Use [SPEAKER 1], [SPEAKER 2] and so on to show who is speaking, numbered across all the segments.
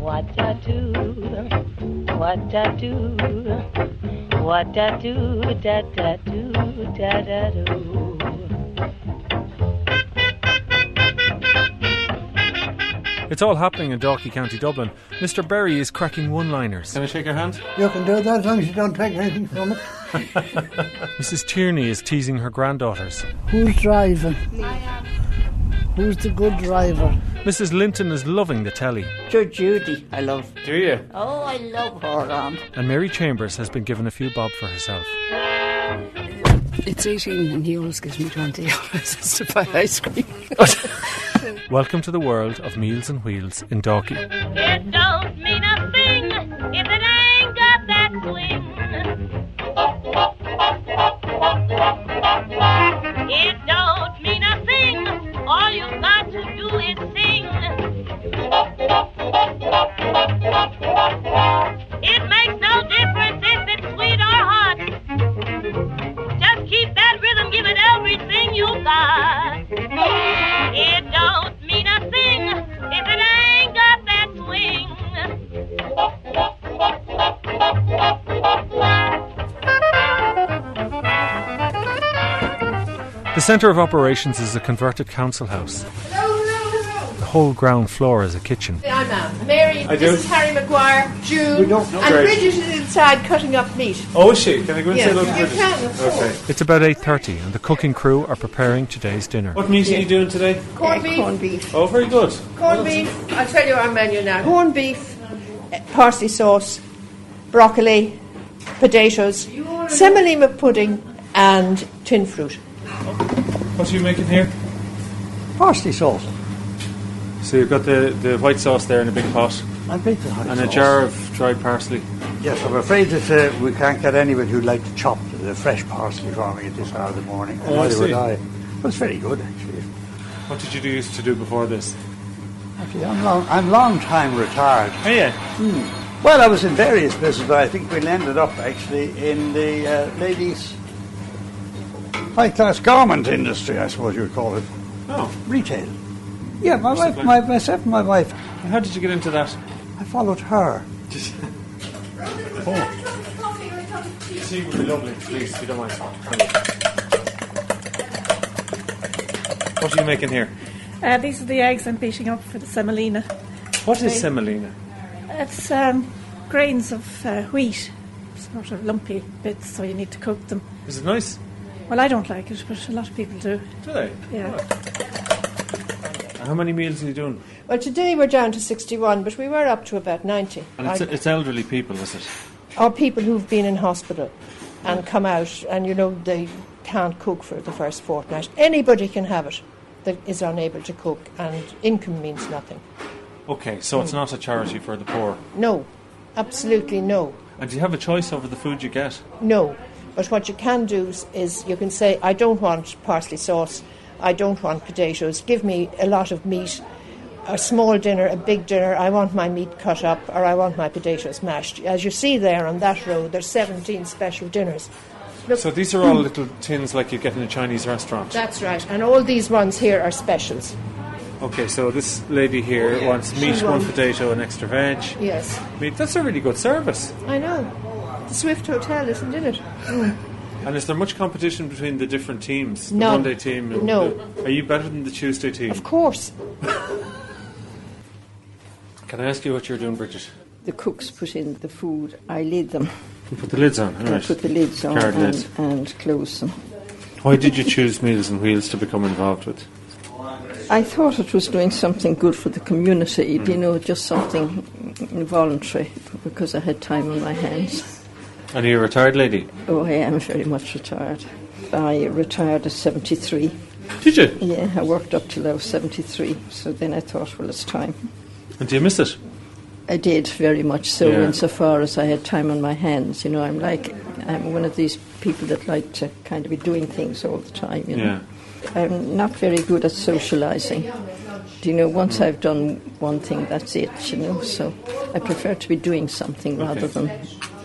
[SPEAKER 1] What I do, what I do, what I do, da da do, da da do.
[SPEAKER 2] It's all happening in Dalkey, County Dublin. Mr. Berry is cracking one liners.
[SPEAKER 3] Can I shake your hand?
[SPEAKER 4] You can do that as long as you don't take anything from it.
[SPEAKER 2] Mrs. Tierney is teasing her granddaughters.
[SPEAKER 4] Who's driving? Who's the good driver?
[SPEAKER 2] Mrs. Linton is loving the telly.
[SPEAKER 5] Judge Judy, I love.
[SPEAKER 3] Do you?
[SPEAKER 5] Oh, I love her aunt.
[SPEAKER 2] And Mary Chambers has been given a few bob for herself.
[SPEAKER 6] It's 18 and he always gives me 20 euros to buy ice cream.
[SPEAKER 2] Welcome to the world of Meals and Wheels in Dalkey.
[SPEAKER 7] It don't mean a thing if it ain't got that swing. It don't mean a thing. All you got to do is sing. It makes no difference if it's sweet or hot. Just keep that rhythm, give it everything you got. It don't mean a thing if it ain't got that swing.
[SPEAKER 2] The centre of operations is a converted council house. The whole ground floor is a kitchen.
[SPEAKER 8] I'm out. Mary,
[SPEAKER 3] I do.
[SPEAKER 8] this is Harry Maguire,
[SPEAKER 3] We
[SPEAKER 8] June,
[SPEAKER 3] don't know
[SPEAKER 8] and
[SPEAKER 3] Grace.
[SPEAKER 8] Bridget is inside cutting up meat.
[SPEAKER 3] Oh, is she? Can I go and say
[SPEAKER 8] Yes,
[SPEAKER 3] hello to
[SPEAKER 8] you
[SPEAKER 3] Bridget?
[SPEAKER 8] can, of course.
[SPEAKER 3] Okay.
[SPEAKER 2] It's about 8:30 and the cooking crew are preparing today's dinner.
[SPEAKER 3] What meat are you doing today?
[SPEAKER 8] Corned
[SPEAKER 6] Yeah,
[SPEAKER 8] beef,
[SPEAKER 6] corned beef.
[SPEAKER 3] Oh, very good.
[SPEAKER 8] corned beef. I'll tell you our menu now. Corned beef, eh, parsley sauce, broccoli, potatoes, semolina pudding, and tin fruit.
[SPEAKER 3] What are you making here?
[SPEAKER 4] Parsley sauce.
[SPEAKER 3] So you've got the, the white sauce there in a big pot
[SPEAKER 4] I beat the hot
[SPEAKER 3] and a
[SPEAKER 4] sauce.
[SPEAKER 3] jar of dried parsley.
[SPEAKER 4] Yes, I'm afraid that uh, we can't get anyone who'd like to chop the fresh parsley for me at this hour of the morning.
[SPEAKER 3] Oh, I
[SPEAKER 4] Neither would
[SPEAKER 3] see.
[SPEAKER 4] I. Well, it's very good, actually.
[SPEAKER 3] What did you do used to do before this?
[SPEAKER 4] Actually, I'm long, I'm long time retired.
[SPEAKER 3] Oh, yeah.
[SPEAKER 4] Well, I was in various places, but I think we landed up actually in the uh, ladies' high class garment industry, I suppose you would call it.
[SPEAKER 3] Oh.
[SPEAKER 4] Retail. Yeah, my
[SPEAKER 3] What's the
[SPEAKER 4] wife,
[SPEAKER 3] plan?
[SPEAKER 4] my, myself and my wife,
[SPEAKER 3] How did you get into that?
[SPEAKER 4] I followed her.
[SPEAKER 3] Tea would be lovely, please, if you don't mind. What are you making here?
[SPEAKER 9] Uh, these are the eggs I'm beating up for the semolina.
[SPEAKER 3] What is semolina?
[SPEAKER 9] It's um, grains of uh, wheat, sort of lumpy bits, so you need to cook them.
[SPEAKER 3] Is it nice?
[SPEAKER 9] Well, I don't like it, but a lot of people do.
[SPEAKER 3] Do they?
[SPEAKER 9] Yeah.
[SPEAKER 3] Oh. How many meals are you doing?
[SPEAKER 8] Well, today we're down to 61, but we were up to about 90.
[SPEAKER 3] And it's, it's elderly people, is it?
[SPEAKER 8] Or people who've been in hospital and come out and, you know, they can't cook for the first fortnight. Anybody can have it that is unable to cook, and income means nothing.
[SPEAKER 3] Okay, so it's not a charity for the poor.
[SPEAKER 8] No, absolutely no,
[SPEAKER 3] And do you have a choice over the food you get?
[SPEAKER 8] no. But what you can do is- is you can say, I don't want parsley sauce, I don't want potatoes, give me a lot of meat, a small dinner, a big dinner, I want my meat cut up, or I want my potatoes mashed. As you see there on that road, there's 17 special dinners.
[SPEAKER 3] So these are all little tins like you get in a Chinese restaurant.
[SPEAKER 8] That's right, and all these ones here are specials.
[SPEAKER 3] Okay, so this lady here wants meat,
[SPEAKER 8] She
[SPEAKER 3] one
[SPEAKER 8] wants-
[SPEAKER 3] potato, and extra veg.
[SPEAKER 8] Yes,
[SPEAKER 3] Meat. That's a really good service.
[SPEAKER 8] I know. The Swift Hotel isn't in it.
[SPEAKER 3] And is there much competition between the different teams? The
[SPEAKER 8] No.
[SPEAKER 3] Monday team. And
[SPEAKER 8] No.
[SPEAKER 3] The, are you better than the Tuesday team?
[SPEAKER 8] Of course.
[SPEAKER 3] Can I ask you what you're doing, Bridget?
[SPEAKER 5] The cooks put in the food. I lid them.
[SPEAKER 3] You put the lids on. All
[SPEAKER 5] I
[SPEAKER 3] right.
[SPEAKER 5] put the lids on
[SPEAKER 3] Carrot
[SPEAKER 5] and,
[SPEAKER 3] lids.
[SPEAKER 5] and close them.
[SPEAKER 3] Why did you choose Meals and Wheels to become involved with?
[SPEAKER 5] I thought it was doing something good for the community, you know, just something voluntary because I had time on my hands.
[SPEAKER 3] And you're a retired lady.
[SPEAKER 5] Oh, I am very much retired. I retired at 73.
[SPEAKER 2] Did you?
[SPEAKER 5] Yeah, I worked up till I was 73, so then I thought, well, it's time.
[SPEAKER 2] And do you miss it?
[SPEAKER 5] I did very much so,
[SPEAKER 2] Yeah.
[SPEAKER 5] insofar as I had time on my hands. You know, I'm like, I'm one of these people that like to kind of be doing things all the time, you know.
[SPEAKER 2] Yeah.
[SPEAKER 5] I'm not very good at socializing. Do you know, once I've done one thing, that's it, you know. So I prefer to be doing something rather than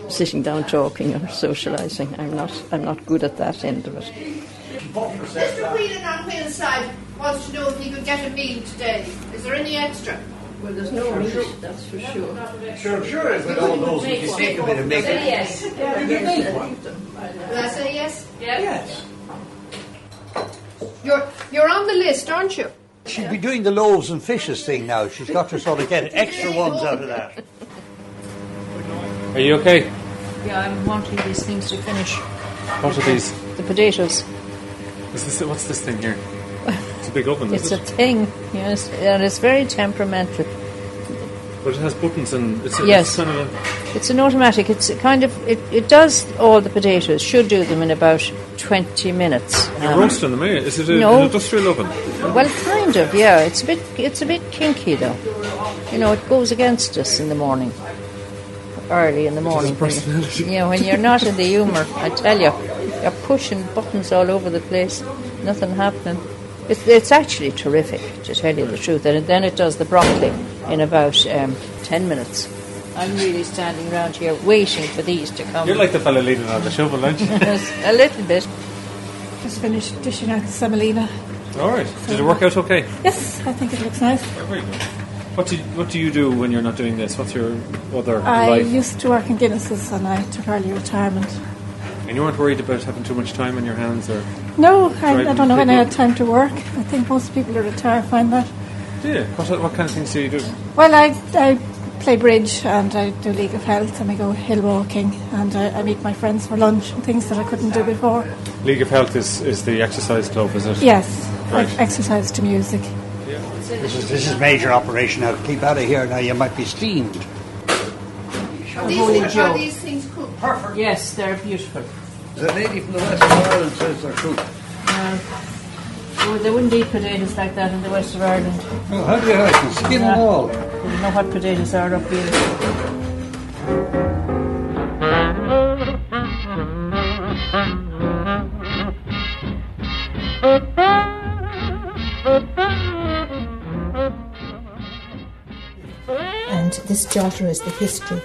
[SPEAKER 5] sitting down talking or socializing. I'm not, I'm not good at that end of it.
[SPEAKER 8] Mr. Whelan on Wheelside wants to know if he could get a meal today. Is there any extra?
[SPEAKER 5] Well, there's no meat, that's for sure.
[SPEAKER 8] Sure,
[SPEAKER 10] sure is with all those, if you take a bit of meat.
[SPEAKER 8] Say yes.
[SPEAKER 10] You
[SPEAKER 8] Will
[SPEAKER 10] can make one.
[SPEAKER 8] I say yes? Yes. You're, you're on the list, aren't you?
[SPEAKER 10] She'd be doing the loaves and fishes thing now. She's got to sort of get extra ones out of that.
[SPEAKER 2] Are you okay?
[SPEAKER 11] Yeah, I'm wanting these things to finish.
[SPEAKER 2] What are these?
[SPEAKER 11] The potatoes.
[SPEAKER 2] Is this, what's this thing here? It's a big oven,
[SPEAKER 11] It's
[SPEAKER 2] is
[SPEAKER 11] a
[SPEAKER 2] it?
[SPEAKER 11] thing, yes, and it's very temperamental.
[SPEAKER 2] But it has buttons and it's, a,
[SPEAKER 11] Yes.
[SPEAKER 2] it's kind of a...
[SPEAKER 11] It's an automatic. It's a kind of it, it does all the potatoes. Should do them in about twenty minutes.
[SPEAKER 2] You're
[SPEAKER 11] Um,
[SPEAKER 2] roasting them, are you? Is it a,
[SPEAKER 11] no.
[SPEAKER 2] an industrial oven?
[SPEAKER 11] Well, kind of, yeah. It's a bit, it's a bit kinky though. You know, it goes against us in the morning, early in the morning.
[SPEAKER 2] personality.
[SPEAKER 11] You know, when you're not in the humour, I tell you, you're pushing buttons all over the place, nothing happening. It's, it's actually terrific, to tell you the truth. And then it does the broccoli in about um, ten minutes. I'm really standing around here waiting for these to come.
[SPEAKER 2] You're like the fella leaning on the shovel, aren't you?
[SPEAKER 11] a little bit.
[SPEAKER 9] Just finished dishing out the semolina.
[SPEAKER 2] All right. Did it work out okay?
[SPEAKER 9] Yes, I think it looks nice.
[SPEAKER 2] What do, you, what do you do when you're not doing this? What's your other
[SPEAKER 9] I
[SPEAKER 2] life?
[SPEAKER 9] used to work in Guinness's and I took early retirement.
[SPEAKER 2] And you weren't worried about having too much time on your hands or...
[SPEAKER 9] No, Oh, I, I
[SPEAKER 2] Driving
[SPEAKER 9] don't know when
[SPEAKER 2] people.
[SPEAKER 9] I had time to work. I think most people who retire find that.
[SPEAKER 2] Yeah. What, what kind of things do you do?
[SPEAKER 9] Well, I, I play bridge and I do League of Health and I go hill walking and I, I meet my friends for lunch and things that I couldn't do before.
[SPEAKER 2] League of Health is, is the exercise club, is it?
[SPEAKER 9] Yes,
[SPEAKER 2] Right.
[SPEAKER 9] I exercise to music.
[SPEAKER 10] This is, this is major operation now. Keep out of here now. You might be steamed.
[SPEAKER 8] Are these, are these things cooked? Perfect.
[SPEAKER 11] Yes, they're beautiful.
[SPEAKER 10] The lady from the west of Ireland says they're cooked.
[SPEAKER 11] Um, well, they wouldn't eat potatoes like that in the west of Ireland.
[SPEAKER 10] Well, Oh, how do you hurt them? Skin and all.
[SPEAKER 11] You know what potatoes are up here.
[SPEAKER 12] And this charter is the history.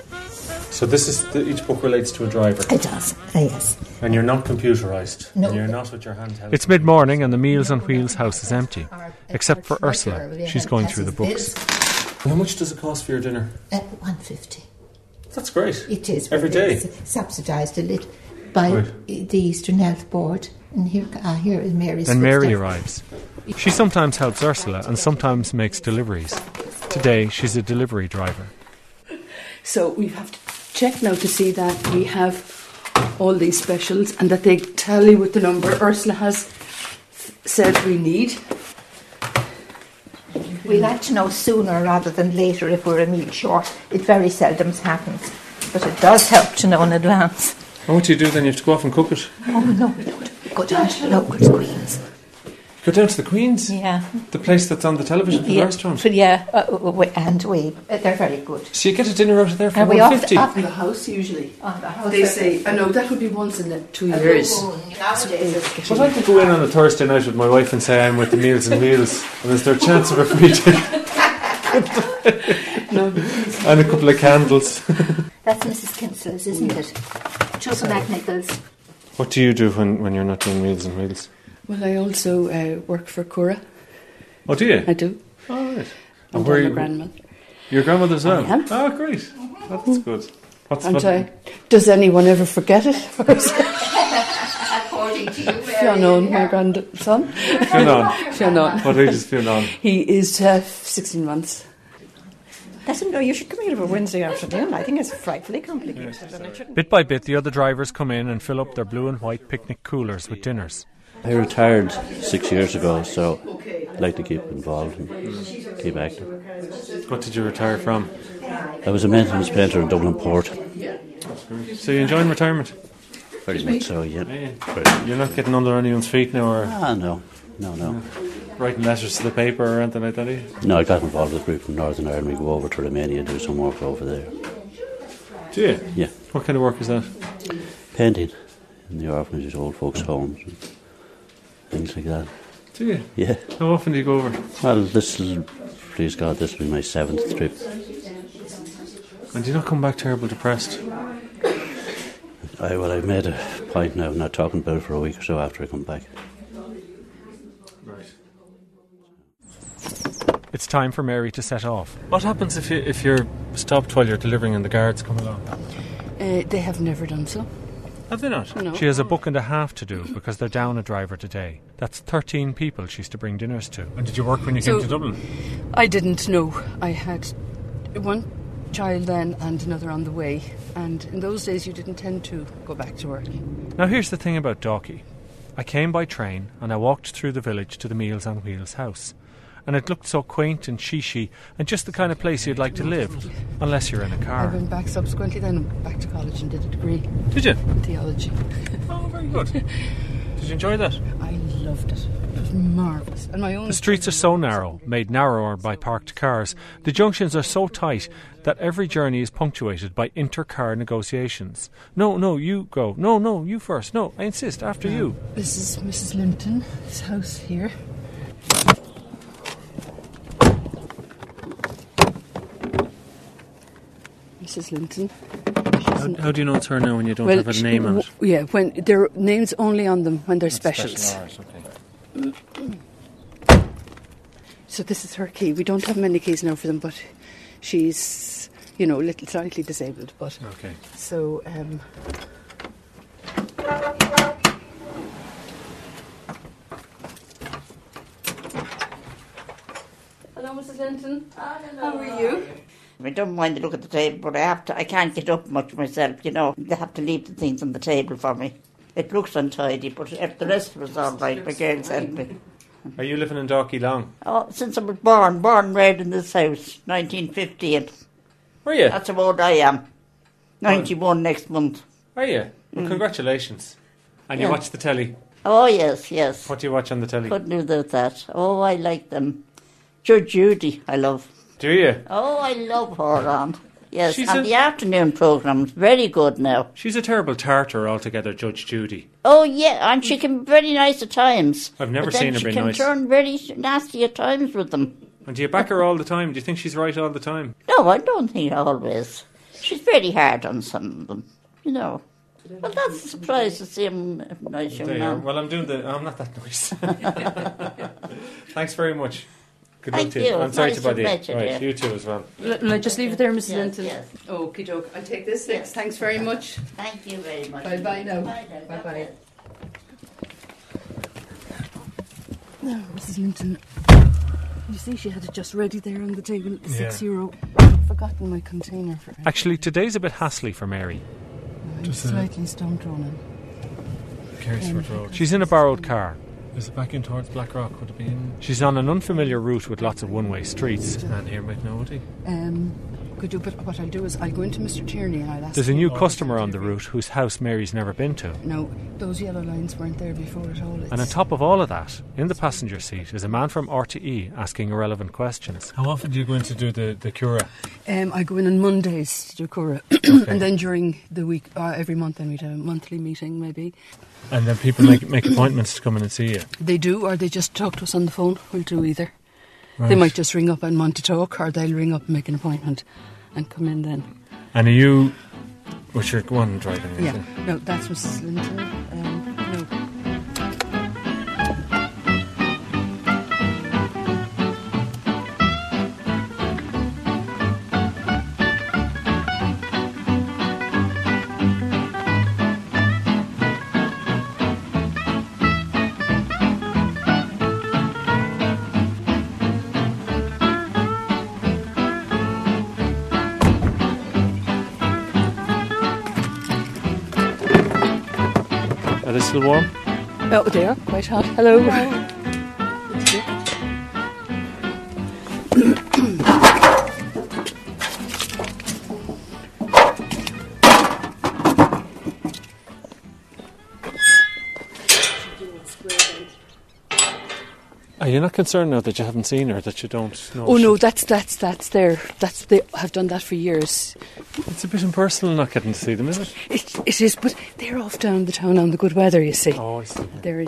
[SPEAKER 2] So this is... The, each book relates to a driver.
[SPEAKER 12] It does, ah, yes.
[SPEAKER 2] And you're not computerised.
[SPEAKER 12] No.
[SPEAKER 2] You're not with your hand held.
[SPEAKER 13] It's mid morning and the Meals on Wheels house is empty, except for Ursula. She's going through the books.
[SPEAKER 2] How much does it cost for your dinner?
[SPEAKER 12] At 150.
[SPEAKER 2] That's great.
[SPEAKER 12] It is.
[SPEAKER 2] Every
[SPEAKER 12] but
[SPEAKER 2] day.
[SPEAKER 12] It's subsidised a little by
[SPEAKER 13] Right.
[SPEAKER 12] the Eastern Health Board. And here, ah, here is Mary's.
[SPEAKER 13] Then Mary
[SPEAKER 12] footstep.
[SPEAKER 13] arrives. She sometimes helps Ursula and sometimes makes deliveries. Today she's a delivery driver.
[SPEAKER 6] So we have to check now to see that we have all these specials and that they tell you with the number Ursula has said we need.
[SPEAKER 12] We like to know sooner rather than later if we're a meal short. It very seldom happens, but it does help to know in advance.
[SPEAKER 2] And what do you do then? You have to go off and cook it.
[SPEAKER 12] Oh no, we don't go down to the local queens.
[SPEAKER 2] Go down to the Queen's?
[SPEAKER 12] Yeah.
[SPEAKER 2] The place that's on the television for the
[SPEAKER 12] yeah,
[SPEAKER 2] restaurant.
[SPEAKER 12] for- yeah, uh, uh, we- and we uh, they're very good.
[SPEAKER 2] So you get a dinner out of there for
[SPEAKER 12] And we off-
[SPEAKER 2] 150
[SPEAKER 12] off-
[SPEAKER 6] The house usually.
[SPEAKER 12] Oh, the house
[SPEAKER 6] they
[SPEAKER 12] that-
[SPEAKER 6] say, I know that would be once in the two
[SPEAKER 12] Oh,
[SPEAKER 6] years.
[SPEAKER 12] nowadays it's
[SPEAKER 2] But I could go in on a Thursday night with my wife and say I'm with the Meals and Wheels, and is there a chance of a free dinner? and a couple of candles.
[SPEAKER 12] That's Mrs. Kinsel's, isn't it? Joseph McNichols.
[SPEAKER 2] what do you do when, when you're not doing Meals and Wheels?
[SPEAKER 6] Well, I also uh, work for Cura.
[SPEAKER 2] Oh, do you?
[SPEAKER 6] I do.
[SPEAKER 2] All right.
[SPEAKER 6] I'm
[SPEAKER 2] And where
[SPEAKER 6] my
[SPEAKER 2] you-
[SPEAKER 6] grandmother.
[SPEAKER 2] Your grandmother as well?
[SPEAKER 6] I am. Mm-hmm.
[SPEAKER 2] Oh, great. That's good. What's
[SPEAKER 6] And
[SPEAKER 2] what-
[SPEAKER 6] I, does anyone ever forget it?
[SPEAKER 12] According to you,
[SPEAKER 6] Fionnán, my grandson.
[SPEAKER 2] Fionnán.
[SPEAKER 6] Fionnán.
[SPEAKER 2] What age is Fionnán?
[SPEAKER 6] He is uh, 16 months.
[SPEAKER 14] Doesn't know you should come here on a Wednesday afternoon. I think it's frightfully complicated. and it shouldn't.
[SPEAKER 13] Bit by bit, the other drivers come in and fill up their blue and white picnic coolers with dinners.
[SPEAKER 15] I retired six years ago, so I like to keep involved and keep active.
[SPEAKER 2] What did you retire from?
[SPEAKER 15] I was a maintenance painter in Dublin Port.
[SPEAKER 2] So you enjoying retirement?
[SPEAKER 15] Very much so, yeah.
[SPEAKER 2] You're not getting under anyone's feet now, or?
[SPEAKER 15] Ah, no. No, no.
[SPEAKER 3] Writing letters to the paper or anything like that? eh?
[SPEAKER 15] No, I got involved with a group from Northern Ireland. We go over to Romania and do some work over there.
[SPEAKER 3] Do you?
[SPEAKER 15] Yeah.
[SPEAKER 3] What kind of work is that?
[SPEAKER 15] Painting in the orphanages, old
[SPEAKER 4] Oh.
[SPEAKER 15] folks' homes, and things like that.
[SPEAKER 3] Do you?
[SPEAKER 15] Yeah.
[SPEAKER 3] How often do you go over?
[SPEAKER 15] Well, this will, please God, this will be my seventh trip.
[SPEAKER 3] And do you not come back terrible depressed?
[SPEAKER 15] I, well, I've made a point now of not talking about it for a week or so after I come back.
[SPEAKER 2] It's time for Mary to set off.
[SPEAKER 3] What happens if, you, if you're stopped while you're delivering and the guards come along?
[SPEAKER 6] Uh, they have never done so.
[SPEAKER 3] Have they not?
[SPEAKER 6] No.
[SPEAKER 2] She has a book and a half to do because they're down a driver today. That's 13 people she's to bring dinners to. And did you work when you
[SPEAKER 6] So-
[SPEAKER 2] came to Dublin?
[SPEAKER 6] I didn't know. I had one child then and another on the way. And in those days, you didn't tend to go back to work.
[SPEAKER 2] Now, here's the thing about Dalkey. I came by train and I walked through the village to the Meals on Wheels house. And it looked so quaint and shishy and just the kind of place you'd like to live, unless you're in a
[SPEAKER 6] I
[SPEAKER 2] car.
[SPEAKER 6] went back subsequently, then back to college and did a degree.
[SPEAKER 2] Did you?
[SPEAKER 6] in Theology. Oh, very good.
[SPEAKER 3] Did you enjoy that?
[SPEAKER 6] I loved it. It was marvellous. And my own.
[SPEAKER 2] The streets are so narrow, made narrower by parked cars. The junctions are so tight that every journey is punctuated by inter-car negotiations. No, no, you go. No, no, you first. No, I insist. After you.
[SPEAKER 6] This is Mrs. Limpton, this house here. Mrs. Linton.
[SPEAKER 3] How, how do you know it's her now when you don't have a
[SPEAKER 6] she-
[SPEAKER 3] name on it?
[SPEAKER 6] w- Yeah, when there are names only on them when they're specials. So this is her key. We don't have many keys now for them, but she's you know little slightly disabled, but
[SPEAKER 3] Okay.
[SPEAKER 6] So um,
[SPEAKER 16] Hello, Mrs. Linton. How are you?
[SPEAKER 17] I don't mind the look at the table, but I have to. I can't get up much myself, you know. They have to leave the things on the table for me. It looks untidy, but if the rest of us all right, my girls help me.
[SPEAKER 3] Are you living in Docky long?
[SPEAKER 17] Oh, since I was born, born and bred in this house, 1958.
[SPEAKER 3] Were you?
[SPEAKER 17] That's how old I am. 91 next month.
[SPEAKER 3] Are you? Well, congratulations. And you
[SPEAKER 17] Yeah.
[SPEAKER 3] watch the telly.
[SPEAKER 17] Oh, yes, yes.
[SPEAKER 3] What do you watch on the telly?
[SPEAKER 17] Couldn't do without that. Oh, I like them. Judge Judy, I love.
[SPEAKER 3] Do you?
[SPEAKER 17] Oh, I love her on. Yes,
[SPEAKER 3] She's
[SPEAKER 17] and
[SPEAKER 3] a-
[SPEAKER 17] the afternoon programme's very good now.
[SPEAKER 3] She's a terrible tartar altogether, Judge Judy.
[SPEAKER 17] Oh yeah, and she can be very nice at times.
[SPEAKER 3] I've never
[SPEAKER 17] but then
[SPEAKER 3] seen her
[SPEAKER 17] she
[SPEAKER 3] be
[SPEAKER 17] can
[SPEAKER 3] nice.
[SPEAKER 17] turn very nasty at times with them.
[SPEAKER 3] And do you back her all the time? Do you think she's right all the time?
[SPEAKER 17] No, I don't think always. She's very hard on some of them, you know. But that's a surprise to see him nice young
[SPEAKER 3] There you are.
[SPEAKER 17] man.
[SPEAKER 3] Well, I'm doing the. I'm not that nice. Thanks very much. Good luck
[SPEAKER 17] Thank
[SPEAKER 3] to
[SPEAKER 17] you.
[SPEAKER 3] you. I'm sorry
[SPEAKER 17] Nice
[SPEAKER 3] to bother
[SPEAKER 17] to meet
[SPEAKER 3] you.
[SPEAKER 17] you,
[SPEAKER 3] Right,
[SPEAKER 17] dear.
[SPEAKER 3] you too as well.
[SPEAKER 18] Will I just leave it there, Mrs.
[SPEAKER 17] Yes,
[SPEAKER 18] Linton?
[SPEAKER 17] yes.
[SPEAKER 18] Okie doke. I'll take this next. Thanks very much.
[SPEAKER 17] Thank you very much.
[SPEAKER 18] Bye bye now.
[SPEAKER 17] Bye
[SPEAKER 18] Bye bye.
[SPEAKER 6] now Mrs. Linton. You see, she had it just ready there on the table at the six
[SPEAKER 2] Yeah.
[SPEAKER 6] euro. I've forgotten my container for her.
[SPEAKER 2] Actually, today's a bit hassly for Mary.
[SPEAKER 6] I'm
[SPEAKER 2] Just a-
[SPEAKER 6] slightly stone drawn. Carysfort Road.
[SPEAKER 2] She's in a borrowed car.
[SPEAKER 3] Is it back in towards Blackrock? Would it be in?
[SPEAKER 2] She's on an unfamiliar route with lots of one-way streets.
[SPEAKER 3] And here might know it.
[SPEAKER 6] Um, could you? But what I'll do is I'll go into Mr. Tierney and I'll ask.
[SPEAKER 2] There's a
[SPEAKER 6] him-
[SPEAKER 2] new customer on the route whose house Mary's never been to.
[SPEAKER 6] No, those yellow lines weren't there before at all.
[SPEAKER 2] And on top of all of that, in the passenger seat is a man from RTE asking irrelevant questions.
[SPEAKER 3] How often do you go in to do the, the cura?
[SPEAKER 6] Um, I go in on Mondays to Cora, and then during the week, uh, every month, then we'd have a monthly meeting maybe.
[SPEAKER 3] And then people make make appointments to come in and see you.
[SPEAKER 6] They do, or they just talk to us on the phone. We'll do either. They
[SPEAKER 3] Right.
[SPEAKER 6] might just ring up and want to talk, or they'll ring up and make an appointment and come in then.
[SPEAKER 3] And are you? What's your one driving? isn't
[SPEAKER 6] Yeah.
[SPEAKER 3] it?
[SPEAKER 6] No, that's Mrs. Linton. Um,
[SPEAKER 3] Are they still warm?
[SPEAKER 6] no. Oh, they are quite hot. Hello.
[SPEAKER 2] you not concerned now that you haven't seen her, that you don't know?
[SPEAKER 6] Oh
[SPEAKER 2] she-
[SPEAKER 6] no, that's that's that's there. That's they have done that for years.
[SPEAKER 2] It's a bit impersonal not getting to see them, is it?
[SPEAKER 6] It, it is, but they're off down the town on the good weather. You see,
[SPEAKER 2] oh, I see.
[SPEAKER 6] they're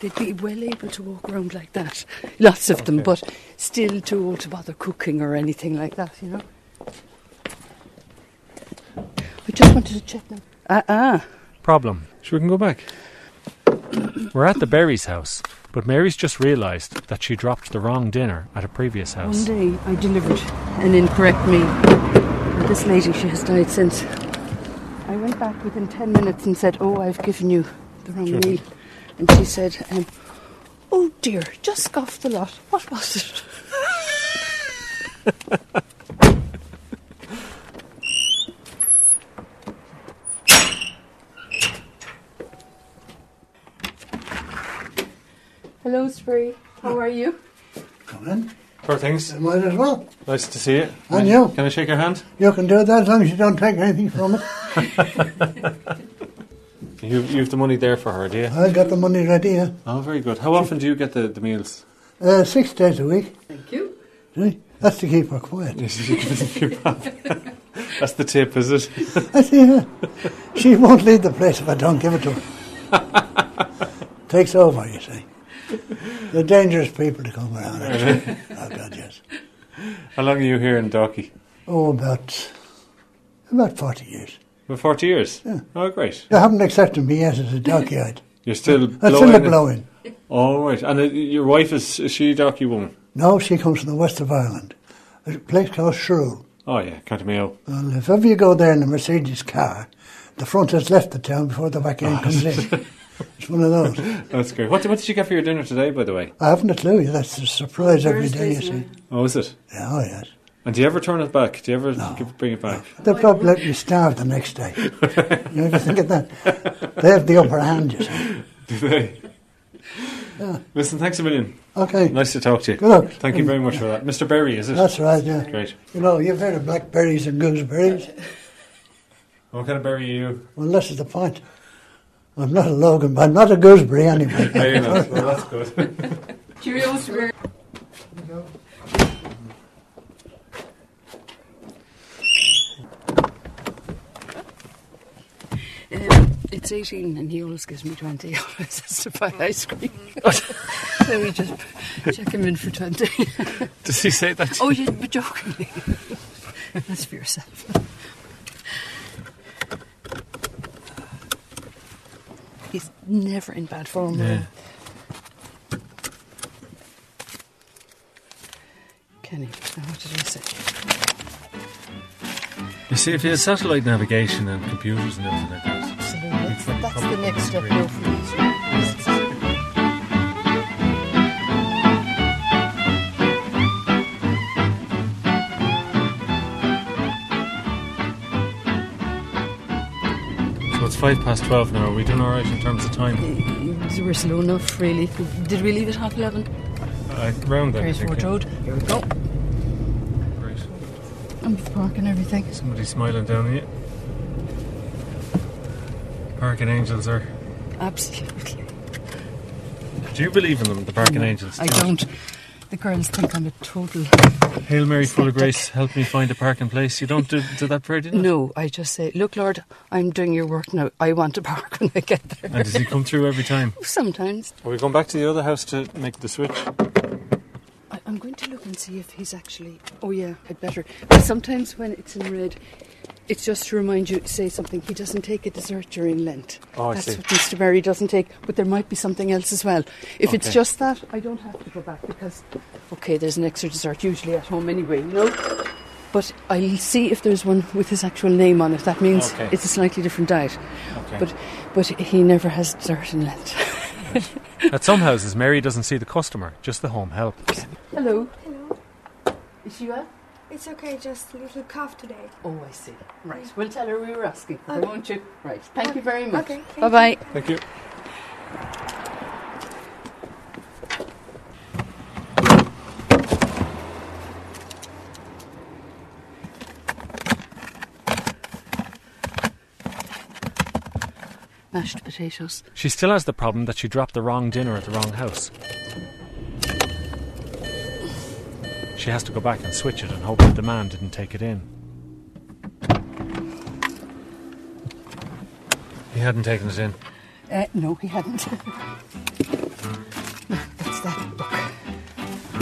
[SPEAKER 6] they'd be well able to walk around like that. Lots of them, but still too old to bother cooking or anything like that. You know. I just wanted to check them. Ah ah.
[SPEAKER 2] Problem. Sure, we can go back. We're at the Berry's house, but Mary's just realised that she dropped the wrong dinner at a previous
[SPEAKER 6] One
[SPEAKER 2] house.
[SPEAKER 6] day I delivered an incorrect meal. And this lady, she has died since. I went back within 10 minutes and said, Oh, I've given you the wrong
[SPEAKER 2] Sure.
[SPEAKER 6] meal. And she said, um, Oh dear, just scoffed the lot. What was it? Hello, Spree. How are you?
[SPEAKER 4] Come in.
[SPEAKER 2] Poor things.
[SPEAKER 4] Might as well.
[SPEAKER 2] Nice to see you.
[SPEAKER 4] And you.
[SPEAKER 2] Can I shake your hand?
[SPEAKER 4] You can do that as long as you don't take anything from it.
[SPEAKER 2] You, you've the money there for her, do you?
[SPEAKER 4] I got the money right here.
[SPEAKER 2] Oh, very good. How often do you get the, the meals?
[SPEAKER 4] Uh, six days a week.
[SPEAKER 6] Thank you.
[SPEAKER 4] See? That's to keep her quiet.
[SPEAKER 2] That's the tip, is it?
[SPEAKER 4] I see her. She won't leave the place if I don't give it to her. Takes over, you see. They're dangerous people to come around. actually. oh, God, yes.
[SPEAKER 2] How long are you here in Docky?
[SPEAKER 4] Oh, about, about 40 years.
[SPEAKER 2] About 40 years? Oh, great.
[SPEAKER 4] They haven't accepted me yet as a docky-eyed.
[SPEAKER 2] You're still
[SPEAKER 4] I'm
[SPEAKER 2] blowing.
[SPEAKER 4] still a
[SPEAKER 2] it-
[SPEAKER 4] blowing.
[SPEAKER 2] All right. And uh, your wife, is, is she a Docky woman?
[SPEAKER 4] No, she comes from the west of Ireland. A place called Shrule.
[SPEAKER 2] Oh, yeah, County Mayo.
[SPEAKER 4] Well, if ever you go there in a Mercedes car, the front has left the town before the back
[SPEAKER 3] Oh,
[SPEAKER 4] end comes in. It's one of those.
[SPEAKER 2] That's great. What, what did you get for your dinner today, by the way?
[SPEAKER 4] I haven't a clue. That's a surprise every day, you see.
[SPEAKER 2] Oh, is it?
[SPEAKER 4] Yeah, oh, yes.
[SPEAKER 2] And do you ever turn it back? Do you ever give, bring it back?
[SPEAKER 4] They'll probably let you starve the next day. you ever think of that? They have the upper hand, you see.
[SPEAKER 2] Do they?
[SPEAKER 4] Yeah.
[SPEAKER 2] Listen, thanks a million.
[SPEAKER 4] Okay.
[SPEAKER 2] Nice to talk to you.
[SPEAKER 4] Good luck.
[SPEAKER 2] Thank you very much for that. Mr. Berry, is it?
[SPEAKER 4] That's right, yeah.
[SPEAKER 2] Great.
[SPEAKER 4] You know, you've heard of blackberries and gooseberries.
[SPEAKER 2] What kind of berry are you?
[SPEAKER 4] Well, this is the point. I'm not a Logan, but I'm not a gooseberry anyway.
[SPEAKER 2] Are you not? Well, that's good.
[SPEAKER 6] Cheerio, Spree. Um, it's 18 and he always gives me 20. He always has to buy ice cream. so we just check him in for 20.
[SPEAKER 2] Does he say that?
[SPEAKER 6] oh, you'd be joking. That's for yourself. He's never in bad form.
[SPEAKER 2] Yeah.
[SPEAKER 6] Kenny, now what did I say?
[SPEAKER 2] You see, if you had satellite navigation and computers and everything like that.
[SPEAKER 6] That's, that's the next step now for me.
[SPEAKER 2] So it's five past twelve now. Are we doing all right in terms of time?
[SPEAKER 6] So We're slow enough, really. Did we leave at half 11?
[SPEAKER 2] Uh, round that, I
[SPEAKER 6] Grace
[SPEAKER 2] think.
[SPEAKER 6] Ford
[SPEAKER 2] yeah.
[SPEAKER 6] Road. Here we go.
[SPEAKER 2] Great.
[SPEAKER 6] And park and everything.
[SPEAKER 2] Somebody's smiling down at you. Parking angels are.
[SPEAKER 6] Absolutely.
[SPEAKER 2] Do you believe in them, the parking angels?
[SPEAKER 6] I don't. The girls think I'm a total.
[SPEAKER 2] Hail Mary, full of grace, help me find a parking place. You don't do, do that prayer, do you?
[SPEAKER 6] No, I just say, look, Lord, I'm doing your work now. I want to park when I get there.
[SPEAKER 2] And does he come through every time?
[SPEAKER 6] Sometimes.
[SPEAKER 2] Are we going back to the other house to make the switch?
[SPEAKER 6] I, I'm going to look and see if he's actually. Oh, yeah, I'd better. But sometimes when it's in red, it's just to remind you to say something. He doesn't take a dessert during Lent.
[SPEAKER 2] Oh, I
[SPEAKER 6] That's
[SPEAKER 2] see.
[SPEAKER 6] what Mr. Berry doesn't take. But there might be something else as well. If it's
[SPEAKER 2] Okay.
[SPEAKER 6] just that, I don't have to go back because, okay, there's an extra dessert usually at home anyway, you know? But I'll see if there's one with his actual name on it. That means
[SPEAKER 2] Okay.
[SPEAKER 6] it's a slightly different diet.
[SPEAKER 2] Okay.
[SPEAKER 6] But, but he never has dessert in Lent.
[SPEAKER 2] At some houses, Mary doesn't see the customer, just the home help.
[SPEAKER 6] Hello.
[SPEAKER 19] Hello.
[SPEAKER 6] Is she well?
[SPEAKER 19] It's okay, just a little cough today.
[SPEAKER 6] Oh, I see. Right. We'll tell her we were asking for her, won't you? Right. Thank you very much.
[SPEAKER 19] Okay, thank
[SPEAKER 6] Bye bye.
[SPEAKER 2] Thank you.
[SPEAKER 6] Mashed potatoes.
[SPEAKER 2] She still has the problem that she dropped the wrong dinner at the wrong house. She has to go back and switch it and hope that the man didn't take it in. He hadn't taken it in.
[SPEAKER 6] Uh, no, he hadn't. That's that book.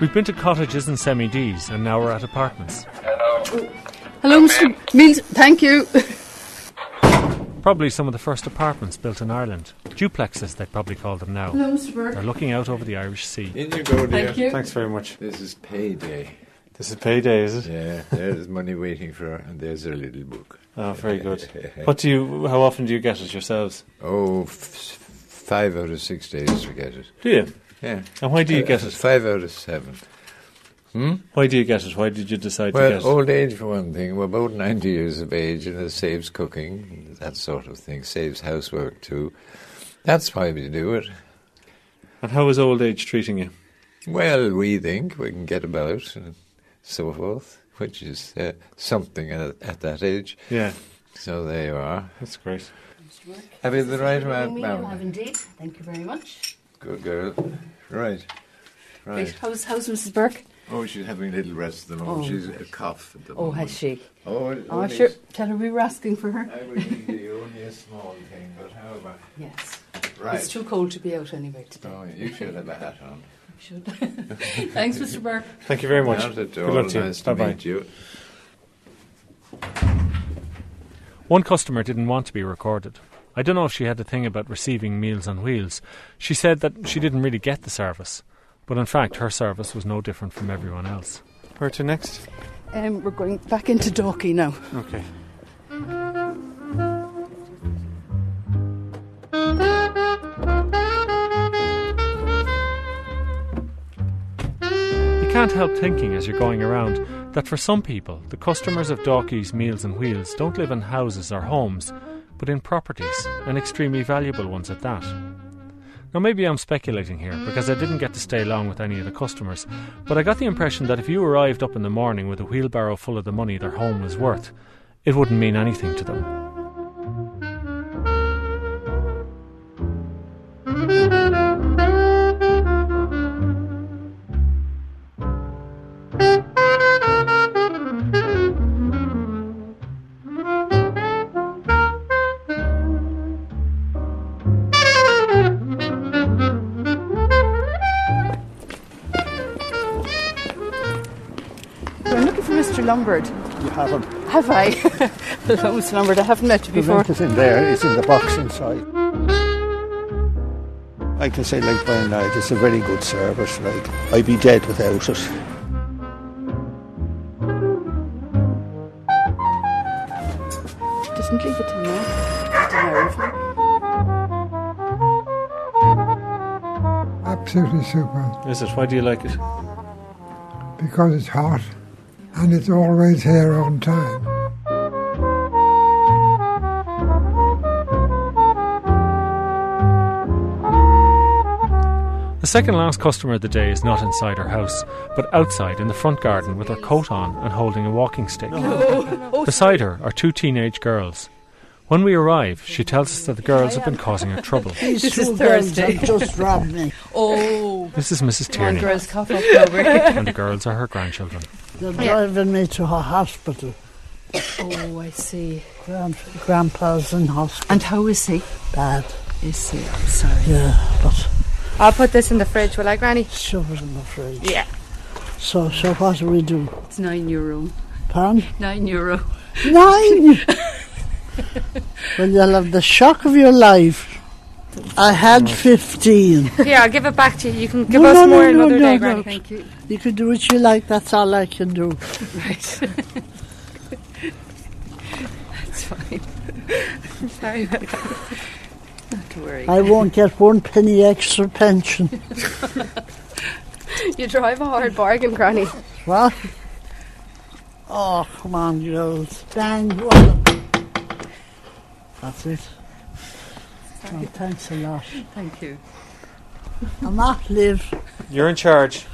[SPEAKER 2] We've been to cottages and semi D's, and now we're at apartments.
[SPEAKER 6] Hello, Mr. Means. Thank you.
[SPEAKER 2] Probably some of the first apartments built in Ireland. Duplexes, they probably call them now.
[SPEAKER 6] Hello, Mr. Burke.
[SPEAKER 2] They're looking out over the Irish Sea.
[SPEAKER 20] In you go, dear.
[SPEAKER 6] Thank you.
[SPEAKER 3] Thanks very much.
[SPEAKER 20] This is payday.
[SPEAKER 3] This is payday, is it?
[SPEAKER 20] Yeah, there's money waiting for her, and there's her little book.
[SPEAKER 3] Oh, very good. What do you? How often do you get it yourselves?
[SPEAKER 20] Oh, f- five out of six days we get it.
[SPEAKER 3] Do you?
[SPEAKER 20] Yeah.
[SPEAKER 3] And why do you
[SPEAKER 20] Uh,
[SPEAKER 3] get it?
[SPEAKER 20] Five out of seven. Hmm?
[SPEAKER 3] Why do you get it? Why did you decide to get
[SPEAKER 20] Well,
[SPEAKER 3] it?
[SPEAKER 20] old age for one thing. We're about 90 years of age, and it saves cooking, that sort of thing. Saves housework too. That's why we do it.
[SPEAKER 3] And how is old age treating you?
[SPEAKER 20] Well, we think we can get about and so forth, which is uh, something at, at that age.
[SPEAKER 3] Yeah.
[SPEAKER 20] So there you are.
[SPEAKER 3] That's great.
[SPEAKER 20] Have you the right amount
[SPEAKER 18] Amy, you
[SPEAKER 20] now?
[SPEAKER 18] have indeed. Thank you very much.
[SPEAKER 20] Good girl. Right.
[SPEAKER 18] Right.
[SPEAKER 20] Right.
[SPEAKER 18] How's, how's Mrs. Burke?
[SPEAKER 20] Oh, she's having a little rest at the moment.
[SPEAKER 18] Oh.
[SPEAKER 20] She's a cough at the
[SPEAKER 18] Oh,
[SPEAKER 20] moment.
[SPEAKER 18] has she?
[SPEAKER 20] Oh,
[SPEAKER 18] Oh,
[SPEAKER 20] only-
[SPEAKER 18] sure. Tell her we were asking for her.
[SPEAKER 20] I would give you only a small thing, but however.
[SPEAKER 18] Yes.
[SPEAKER 20] Right.
[SPEAKER 18] It's too cold to be out anyway today.
[SPEAKER 20] Oh, you should have a hat on.
[SPEAKER 18] Should. Thanks, Mr. Burke.
[SPEAKER 3] Thank you very much.
[SPEAKER 20] Not at
[SPEAKER 3] Good
[SPEAKER 20] all.
[SPEAKER 3] luck to you.
[SPEAKER 20] Nice to
[SPEAKER 3] Bye-bye.
[SPEAKER 20] meet you.
[SPEAKER 2] One customer didn't want to be recorded. I don't know if she had a thing about receiving Meals on Wheels. She said that she didn't really get the service, but in fact, her service was no different from everyone else.
[SPEAKER 3] Where to next?
[SPEAKER 6] Um, we're going back into Dorky now.
[SPEAKER 3] Okay.
[SPEAKER 2] You can't help thinking as you're going around that for some people, the customers of Dawkey's Meals and Wheels don't live in houses or homes, but in properties, and extremely valuable ones at that. Now, maybe I'm speculating here because I didn't get to stay long with any of the customers, but I got the impression that if you arrived up in the morning with a wheelbarrow full of the money their home was worth, it wouldn't mean anything to them.
[SPEAKER 6] I'm looking for Mr. Lombard.
[SPEAKER 10] You have them.
[SPEAKER 6] Have I? Hello, Mr. Lombard. I haven't met you
[SPEAKER 10] The
[SPEAKER 6] before.
[SPEAKER 10] rent is in there. It's in the box inside. I can say, like by and large, it's a very good service. Like I'd be dead without it.
[SPEAKER 6] Doesn't leave it till now. Till now, isn't it?
[SPEAKER 21] Absolutely super
[SPEAKER 3] Is it? Why do you like it?
[SPEAKER 21] because it's hot and it's always here on time.
[SPEAKER 2] The second last customer of the day is not inside her house, but outside in the front garden with her coat on and holding a walking stick. Beside her are two teenage girls. When we arrive, she tells us that the girls have been causing her trouble.
[SPEAKER 22] These
[SPEAKER 6] This is
[SPEAKER 22] two girls
[SPEAKER 6] Thursday.
[SPEAKER 22] have just robbed me.
[SPEAKER 6] Oh.
[SPEAKER 2] This is Mrs.
[SPEAKER 22] Come on,
[SPEAKER 2] Tierney,
[SPEAKER 22] girls, cough up, Gilbert.
[SPEAKER 2] and the girls are her grandchildren.
[SPEAKER 22] They're driving me to a hospital.
[SPEAKER 18] Oh, I see.
[SPEAKER 22] Grand, grandpa's in hospital.
[SPEAKER 18] And how is he?
[SPEAKER 22] Bad.
[SPEAKER 18] Is he? I'm sorry.
[SPEAKER 22] Yeah, but
[SPEAKER 19] I'll put this in the fridge, will I, Granny?
[SPEAKER 22] Shove it in the fridge.
[SPEAKER 19] Yeah.
[SPEAKER 22] so so what do we do?
[SPEAKER 18] It's nine euro.
[SPEAKER 22] Pardon?
[SPEAKER 18] Nine euro.
[SPEAKER 22] Nine. well, you'll have the shock of your life. I had fifteen.
[SPEAKER 19] Here, I'll give it back to you. You can give
[SPEAKER 22] No,
[SPEAKER 19] us
[SPEAKER 22] no, no,
[SPEAKER 19] more
[SPEAKER 22] no,
[SPEAKER 19] another
[SPEAKER 22] no,
[SPEAKER 19] day,
[SPEAKER 22] no.
[SPEAKER 19] Granny.
[SPEAKER 22] Thank you. You can do what you like. That's all I can do.
[SPEAKER 18] Right. That's fine. I'm sorry about that. Not to worry.
[SPEAKER 22] I won't get one penny extra pension.
[SPEAKER 19] You drive a hard bargain, Granny.
[SPEAKER 22] What? Oh, come on, girls. Bang, one. That's it. Well, thanks a lot.
[SPEAKER 6] Thank you.
[SPEAKER 22] I might live,
[SPEAKER 2] You're in charge.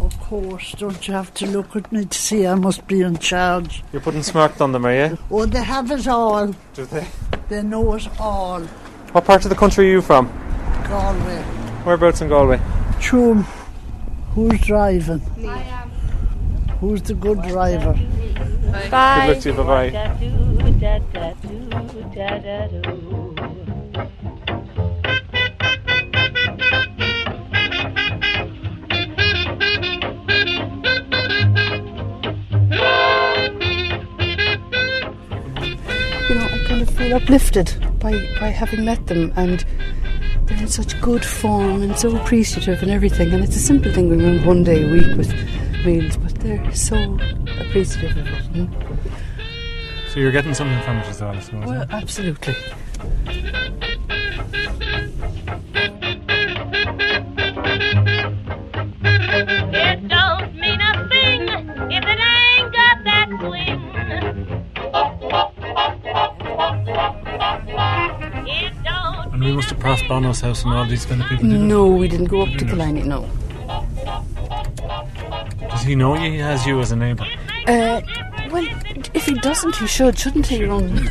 [SPEAKER 22] of course. Don't you have to look at me to see I must be in charge?
[SPEAKER 2] You're putting smart on them, are you?
[SPEAKER 22] Oh, they have us all.
[SPEAKER 2] Do they?
[SPEAKER 22] They know us all.
[SPEAKER 2] What part of the country are you from?
[SPEAKER 22] Galway.
[SPEAKER 2] Whereabouts in Galway?
[SPEAKER 22] Chum, who's driving? Who's the good driver?
[SPEAKER 2] Bye. Good luck to you, bye-bye.
[SPEAKER 6] You know, I kind of feel uplifted by, by having met them and they're in such good form and so appreciative and everything. And it's a simple thing, we run one day a week with meals, but they're so appreciative of it. you know.
[SPEAKER 2] So you're getting something from it as well, I suppose.
[SPEAKER 6] Well, absolutely.
[SPEAKER 7] It don't mean a thing if it ain't got that swing. It don't
[SPEAKER 2] And we must have passed Bono's house and all these kind of people. didn't
[SPEAKER 6] No, we didn't go up to Killiney, no.
[SPEAKER 2] we? Does he know you? He has you as a neighbour.
[SPEAKER 6] Uh, well, if he doesn't, he should, shouldn't he, Ron?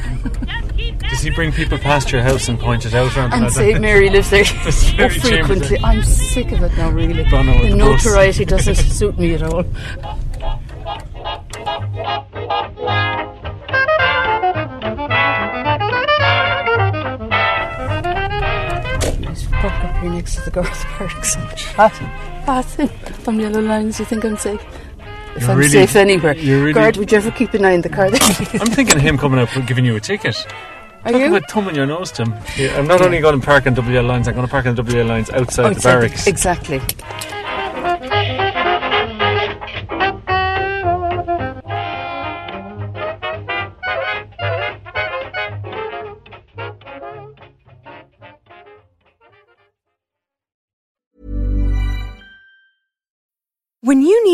[SPEAKER 2] Does he bring people past your house and point it out? Or
[SPEAKER 6] And St. Mary lives there
[SPEAKER 2] Does
[SPEAKER 6] oh,
[SPEAKER 2] Mary
[SPEAKER 6] frequently.
[SPEAKER 2] Chamberlain-
[SPEAKER 6] I'm sick of it now, really.
[SPEAKER 2] Bono with
[SPEAKER 6] the
[SPEAKER 2] the bus.
[SPEAKER 6] notoriety doesn't suit me at all. There's a pub up here next to the Garth Parks. Bath from yellow lines, you think I'm safe? If
[SPEAKER 2] You're
[SPEAKER 6] I'm
[SPEAKER 2] really-
[SPEAKER 6] safe anywhere.
[SPEAKER 2] you're really-
[SPEAKER 6] Guard, would you ever keep an eye on the car there?
[SPEAKER 2] I'm thinking of him coming up and giving you a ticket.
[SPEAKER 6] Are
[SPEAKER 2] Talk
[SPEAKER 6] you?
[SPEAKER 2] about thumbing your nose to him. Yeah, I'm not only going to park in WL lines, I'm going to park in WL lines outside, the
[SPEAKER 6] Outside the-
[SPEAKER 2] barracks.
[SPEAKER 6] Exactly.
[SPEAKER 23] When you